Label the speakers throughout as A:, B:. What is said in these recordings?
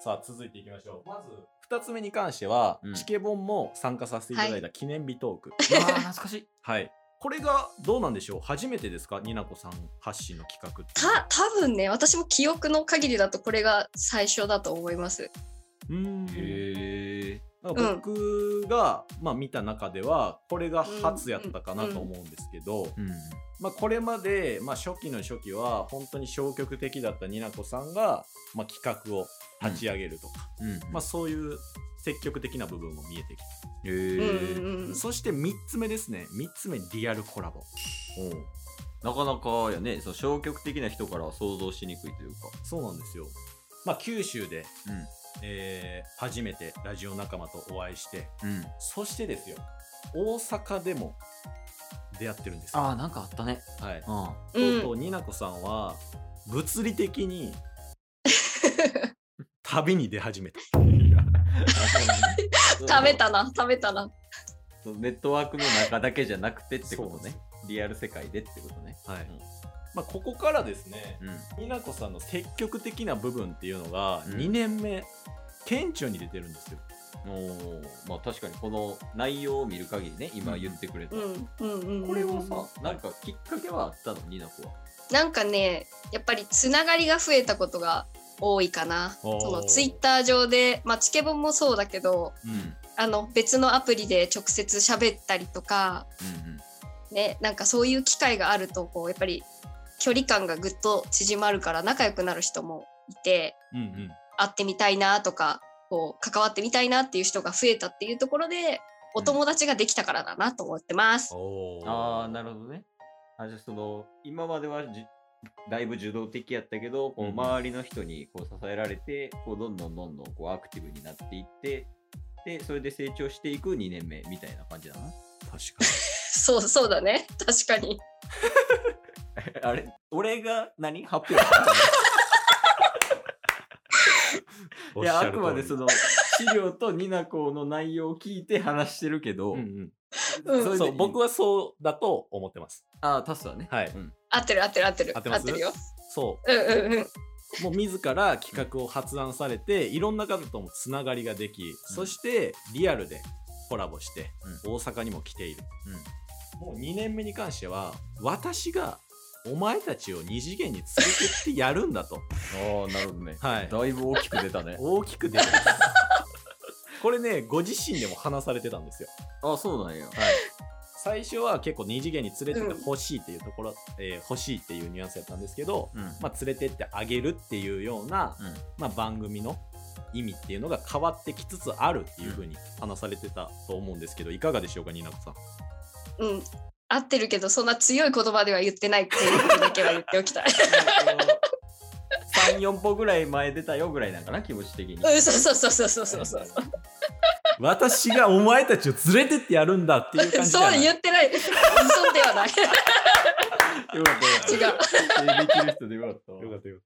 A: さあ続いていきましょうまず2つ目に関しては、
B: うん
A: チケボンも参加させていただいた記念日トーク、
B: わー懐かしい。
A: はいこれがどうなんでしょう初めてですかになこさん発信の企画っていうのは
C: た多分ね私も記憶の限りだとこれが最初だと思います
A: うーん
B: へえ。
A: なんか僕が、まあ、見た中ではこれが初やったかなと思うんですけど、
B: うん。
A: まあ、これまで、まあ、初期の初期は本当に消極的だったになこさんが、まあ、企画を立ち上げるとか、
B: うん。
A: まあ、そういう積極的な部分も見えてきた、
B: へえ。
C: うんうんうん
A: そして3つ目ですね3つ目リアルコラボ
B: なかなかやね、その消極的な人からは想像しにくいというか。
A: そうなんですよ、まあ、九州で、
B: うん
A: えー初めてラジオ仲間とお会いして
B: うん。
A: そしてですよ大阪でも出会ってるんですよ
B: ああ、なんかあったね。
A: はい、
B: うん。
C: う
A: と
C: ん
A: うとうになこさんは物理的 に旅に出始め た
C: 食べたな食べたな
B: そのネットワークの中だけじゃなくてってこと
A: そうで
B: ね
A: す。
B: リアル世界でってことね。
A: はい、
B: うん
A: まあ、ここからですね
B: うん。
A: になこさんの積極的な部分っていうのが
B: うん
A: 2年目、顕著に出てるんですよ
B: おーまあ確かにこの内容を見る限りね、今言ってくれた。
C: うんうんうんうん
B: これはさ、なんかきっかけはあったの、ニナコは。
C: なんかねやっぱりつながりが増えたことが多いかな
A: おー
C: そのツイッター上で、まあ、チケボンもそうだけど
B: うん。うん
C: あの別のアプリで直接喋ったりとか、
B: うん。
C: ね、なんかそういう機会があるとこうやっぱり距離感がぐっと縮まるから仲良くなる人もいて
A: うんうん
C: 会ってみたいなとかこう関わってみたいなっていう人が増えたっていうところでお友達ができたからだなと思ってます。
A: お
B: ああ、なる
A: ほ
B: ほどね。あじゃあその今まではじだいぶ受動的やったけど、こう
A: うんうん
B: 周りの人にこう支えられて、こうどんどんどんどんこうアクティブになっていって、で、それで成長していく2年目みたいな感じだな。
A: 確か
C: そうそうだね確かに
B: あれ俺が何 発表したの
A: に
B: いや、あくまでそ
A: の、
B: の資料とニナコの内容を聞いて 話してるけど、
A: うんうん
C: うん
B: それで
A: そう僕
B: は、
A: はそうだと思ってます
B: ああ、タスはね。
A: はい
B: うん
C: 合ってる合ってる合ってる
A: 合ってます
C: るよ。
A: そ
C: うんうんうん
A: うもう自ら企画を発案されていろんな方ともつながりができ、そしてリアルでコラボして、大阪にも来ている、もう2年目に関しては私がお前たちを二次元に連れてってやるんだ と
B: ああ、なるほどね。
A: はい。
B: だいぶ大きく出た ね
A: 大きく出てますこれねご自身でも話されてたんですよ
B: ああ、そうなんや。
A: 最初は結構二次元に連れてってほしいっていうところ、えー欲しいっていうニュアンスやったんですけど、
B: うん。
A: まあ、連れてってあげるっていうような、
B: うん
A: まあ、番組の意味っていうのが変わってきつつあるっていうふうに話されてたと思うんですけどいかがでしょうかになこ さん
C: うん、合ってるけどそんな強い言葉では言ってないっていうことだけは言っておきたい。
B: 34歩ぐらい前出たよぐらいなんかな気持ち的に。
C: うん、そうそうそうそうそうそうそう。
A: 私がお前たちを連れてってやるんだっていう感じじゃ
C: そ
A: な
C: う
A: い
C: 言ってない。嘘ではない。
B: よかった。
C: 違う。
B: う。できる人でよかったわ。
A: よかったよ
B: よ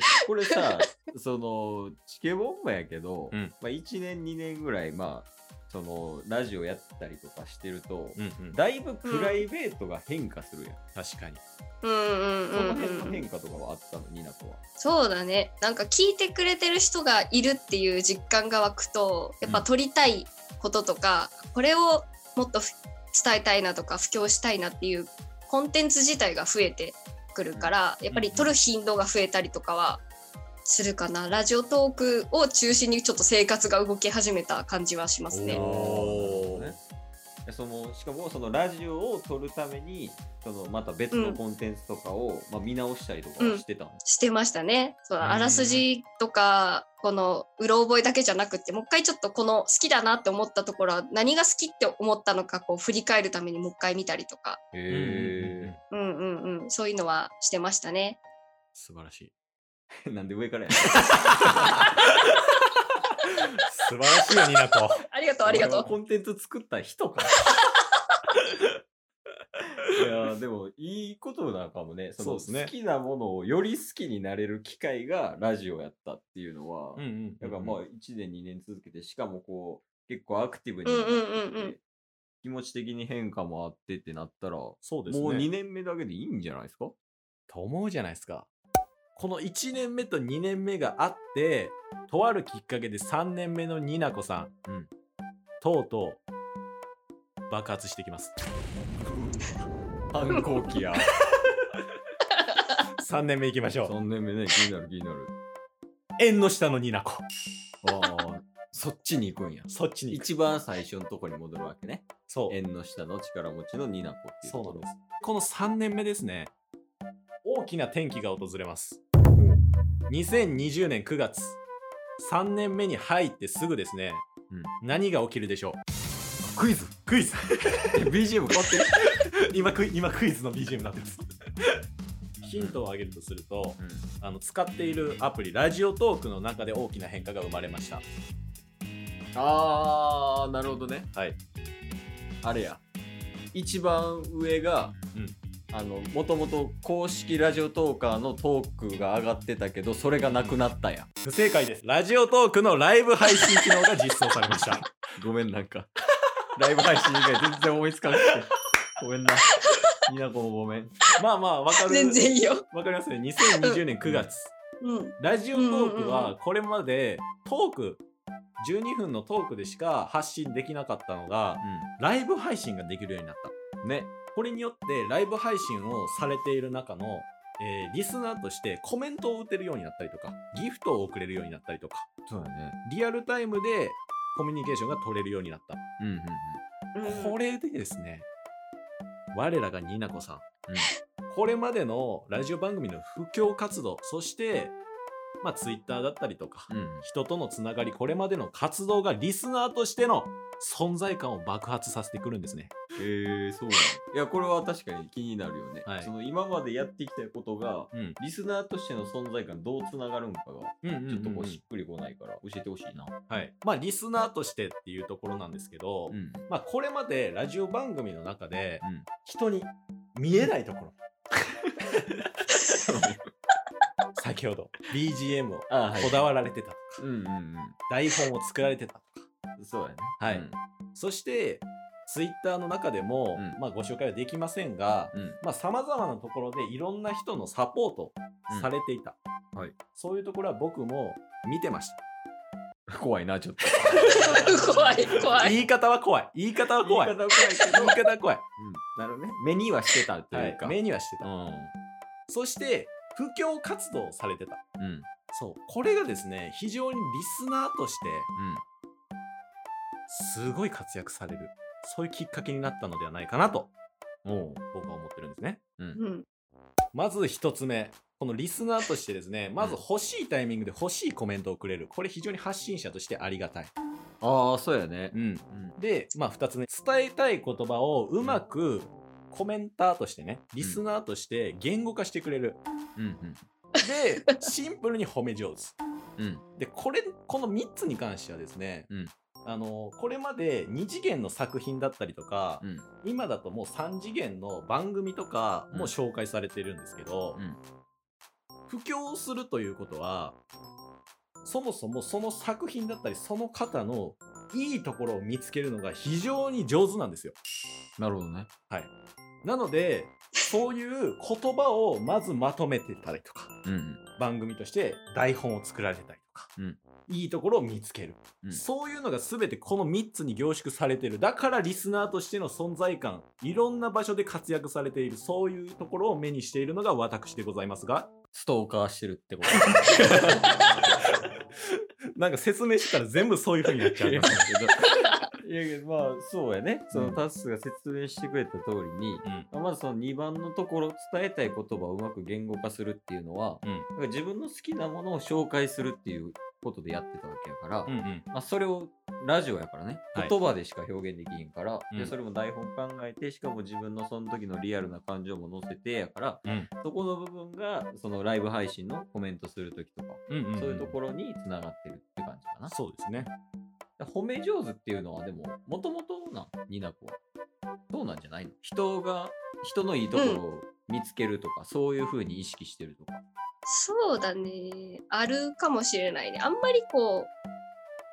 B: しこれさ、その、チケボンマやけど、
A: うん
B: まあ、1年2年ぐらい、まあ、その、ラジオやったりとかしてると、
A: うんうん、
B: だいぶプライベートが変化するやん。
A: 確かに
C: うんうん
B: その
C: うん
B: 辺の
C: うんうん。
B: 変化とかはあったの、ニナコは。
C: そうだね。なんか聞いてくれてる人がいるっていう実感が湧くと、やっぱ
B: うん
C: 撮りたいこととか、これをもっとふ伝えたいなとか布教したいなっていうコンテンツ自体が増えてくるから、やっぱり撮る頻度が増えたりとかはするかな。ラジオトークを中心にちょっと生活が動き始めた感じはしますね。
A: おー
B: ねそのしかもそのラジオを撮るためにそのまた別のコンテンツとかを、まあ、見直したりとかはしてたの、
C: してましたね。そう
A: うん
C: あらすじとかこのうろ覚えだけじゃなくてもう一回ちょっとこの好きだなって思ったところは何が好きって思ったのかこう振り返るためにもう一回見たりとか、
A: うんうんうん
B: へ
C: うんうんうん、そういうのはしてましたね。
A: 素晴らしい
B: えなんで上からや
A: 素晴らしいよになこ
C: ありがとうありがと
B: 俺はコ
C: う。
B: ンテンツ作った人か いやーでもいいことなんかもねその
A: そうですね
B: 好きなものをより好きになれる機会がラジオやったっていうのは、
A: うんうん
B: だからまあ1年2年続けてしかもこう結構アクティブに
C: うんうんうんうん
B: 気持ち的に変化もあってってなったら
A: そうですね
B: もう2年目だけでいいんじゃないですか
A: と思うじゃないですかこの1年目と2年目があってとあるきっかけで3年目のになこさん、
B: うん
A: とうとう爆発してきます
B: 反抗期や。
A: 3年目いきましょう
B: 3年目ね、気になる気になる。
A: 縁の下のになこ
B: ああ、そっちに行くんや。
A: そっちに行く
B: 一番最初のとこに戻るわけね。
A: そう
B: 縁の下の力持ちのニナコっていう
A: そ
B: と
A: うなん
B: ころ。
A: ですこの3年目ですね大きな転機が訪れます2020年9月3年目に入ってすぐですね、何が起きるでしょう
B: クイズ
A: クイズ
B: BGM 変わってる、
A: 今クイ 今クイズの BGM になってます ヒントを挙げるとするとあの使っているアプリラジオトークの中で大きな変化が生まれました
B: ああなるほどね
A: はい
B: あれや一番上が、
A: うん
B: あのもともと公式ラジオトーカーのトークが上がってたけどそれがなくなったんや
A: 不正解ですラジオトークのライブ配信機能が実装されました
B: ごめんなん かライブ配信以外全然思いつかなくてごめんなニナコもごめん
A: まあまあわかる
C: 全然いいよ。
A: わかりますね2020年9月、
C: うん。
A: ラジオトーク
C: うんうんう
A: はこれまでトーク12分のトークでしか発信できなかったのがライブ配信ができるようになった
B: うんね
A: これによってライブ配信をされている中の、えーリスナーとしてコメントを打てるようになったりとかギフトを送れるようになったりとか
B: そうだね
A: リアルタイムでコミュニケーションが取れるようになった、
B: うんうんうん
A: これでですね我らがニナコさん、
B: うん
A: これまでのラジオ番組の布教活動そしてまあツイッターだったりとか、
B: うん
A: 人とのつながりこれまでの活動がリスナーとしての存在感を爆発させてくるんですね
B: へえそうなんだいやこれは確かに気になるよね、
A: はい
B: その今までやってきたことが
A: うん
B: リスナーとしての存在感どうつながるのかが
A: うん
B: ちょっとこうしっくりこないから教えてほしいな
A: はいまあリスナーとしてっていうところなんですけど、
B: うんうん
A: まあこれまでラジオ番組の中で人に見えないと ころ先ほど BGM を
B: あ
A: こだわられてたとか、
B: うんうん
A: 台本を作られてたとか
B: うんそうやね
A: はい
B: うん
A: そしてツイッターの中でも、
B: うん
A: まあご紹介はできませんが、
B: うん
A: まあ、様々なところでいろんな人のサポート
B: うん
A: されていた、
B: はい
A: そういうところは僕も見てました
B: 怖いなちょっと
C: 怖い怖い。
A: 言い方は怖い言い方は怖い
B: 言い
A: 言
B: 方怖いけど
A: い方は怖い、
B: なるほどね目にはしてたと
A: はいいう
B: か、
A: 目にはしてた、
B: う
A: そして布教活動をされてた
B: んうん
A: そうこれがですね非常にリスナーとして
B: う
A: す
B: ん
A: ごい活躍されるそういうきっかけになったのではないかなと
B: おう
A: 僕は思ってるんですね
C: うん。
A: まず一つ目、このリスナーとしてですね、まず欲しいタイミングで欲しいコメントをくれる。これ非常に発信者としてありがたい。
B: ああそうやね
A: うん。
B: うん
A: で、まあ二つ目、伝えたい言葉をうまくコメンターとしてね、リスナーとして言語化してくれる。
B: うん
A: で、シンプルに褒め上手。
B: うんうん
A: で、これ、この3つに関してはですね、
B: うん
A: あのこれまで2次元の作品だったりとか、
B: うん
A: 今だともう3次元の番組とかも紹介されてるんですけど、
B: うん
A: 布教するということはそもそもその作品だったりその方のいいところを見つけるのが非常に上手なんですよ
B: なるほどね
A: なのでそういう言葉をまずまとめてたりとか
B: うん
A: 番組として台本を作られてたりとか、
B: うん
A: いいところを見つける、
B: うん
A: そういうのが全てこの3つに凝縮されてるだからリスナーとしての存在感いろんな場所で活躍されているそういうところを目にしているのが私でございますが
B: ストーカーしてるってこと
A: なんか説明したら全部そういう風になっちゃう
B: いやいやまあそうやねそうの
A: ん
B: タッスが説明してくれた通りに、
A: うん
B: まあまずその2番のところ伝えたい言葉をうまく言語化するっていうのは、
A: うん
B: だから自分の好きなものを紹介するっていうことでやってたわけやから、
A: うんうん
B: まあ、それをラジオやからね
A: はい
B: 言葉でしか表現できひんから、
A: う
B: で
A: ん
B: それも台本考えてしかも自分のその時のリアルな感情も載せてやから、
A: うん
B: そこの部分がそのライブ配信のコメントする時とか、
A: うんんん
B: そういうところにつながってるって感じかな。
A: そうですね
B: 褒め上手っていうのはでももともとなニナコはどうなんじゃないの人が人のいいところを見つけるとか、そういうふうに意識してるとか
C: そうだね。あるかもしれないね。あんまりこう、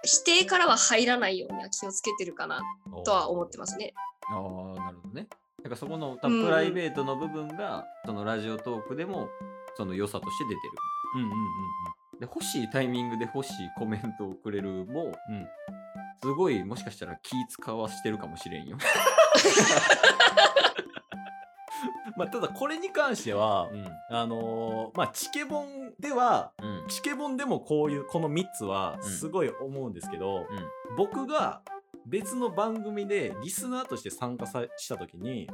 C: 否定からは入らないようには気をつけてるかなとは思ってますね。
B: ああなるほどねなんかそこの多分
C: うん
B: プライベートの部分が、そのラジオトークでもその良さとして出てる
A: うんうんうん
B: で欲しいタイミングで欲しいコメントをくれるも、
A: ん
B: すごいもしかしたら気使わしてるかもしれんよ。
A: まあ、ただこれに関しては、
B: うん
A: あのーまあチケボンでは
B: うん
A: チケボンでもこういうこの3つは
B: うん
A: すごい思うんですけど、僕が別の番組でリスナーとして参加さした時に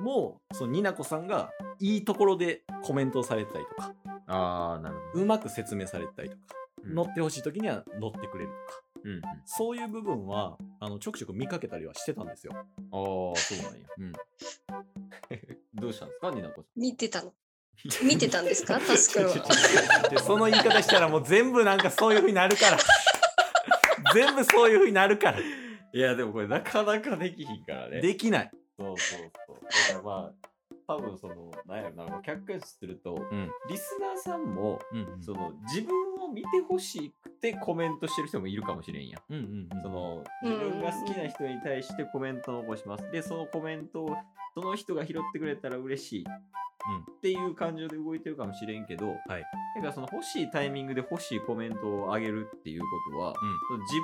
B: うん
A: もうそのになこさんがいいところでコメントをされてたりとか
B: ああなるほ
A: うまく説明されてたりとか、
B: うん
A: 乗ってほしい時には乗ってくれるとか
B: ど。うんうん、あ
A: そういう部分はあのちょくちょく見かけたりはしてたんです よ。
B: あーそうなんや。うん、 どうしたんですかニナコ
C: 見てたの。見てたんですかタスクは。
A: でその言い方したらもう全部なんかそういうふうになる から全部そういうふうになるから
B: いやでもこれなかなかできひんからね。
A: できない。
B: そうそうそう。だからまあ多分そのなんやろな客観視すると、
A: うん
B: リスナーさんも
A: うん
B: その自分を見てほしくてコメントしてる人もいるかもしれんやん。
A: うんうんうん
B: その
C: うん
B: 自分が好きな人に対してコメントを残します。で、そのコメントをその人が拾ってくれたら嬉しい、っていう感情で動いてるかもしれんけど、
A: はい
B: だからその欲しいタイミングで欲しいコメントをあげるっていうことは、その自分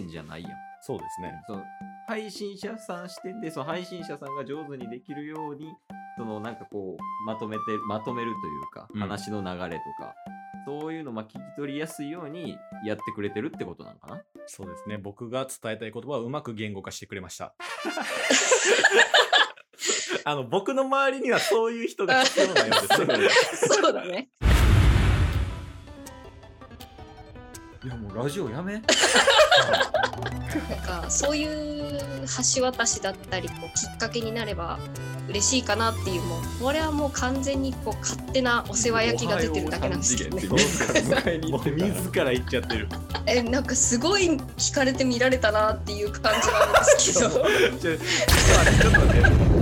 B: 視点じゃないやん。
A: そうですね。
B: その配信者さん視点でその配信者さんが上手にできるようにそのなんかこうまとめてまとめるというか、
A: うん
B: 話の流れとかそういうのまあ聞き取りやすいようにやってくれてるってことなのかな
A: そうですね。僕が伝えたい言葉をうまく言語化してくれました。 あの、僕の周りにはそういう人が必要なようです。
C: そうだね。
B: いやもうラジオやめ
C: なんかそういう橋渡しだったりこうきっかけになれば嬉しいかなっていうもうこれはもう完全にこう勝手なお世話焼きが出てるだけなんですけどね。
A: もう自ら言っちゃってる。
C: えなんかすごい 惹かれて見られたなっていう感じなんですけど。
A: ちょちょっと待ってちょっと待って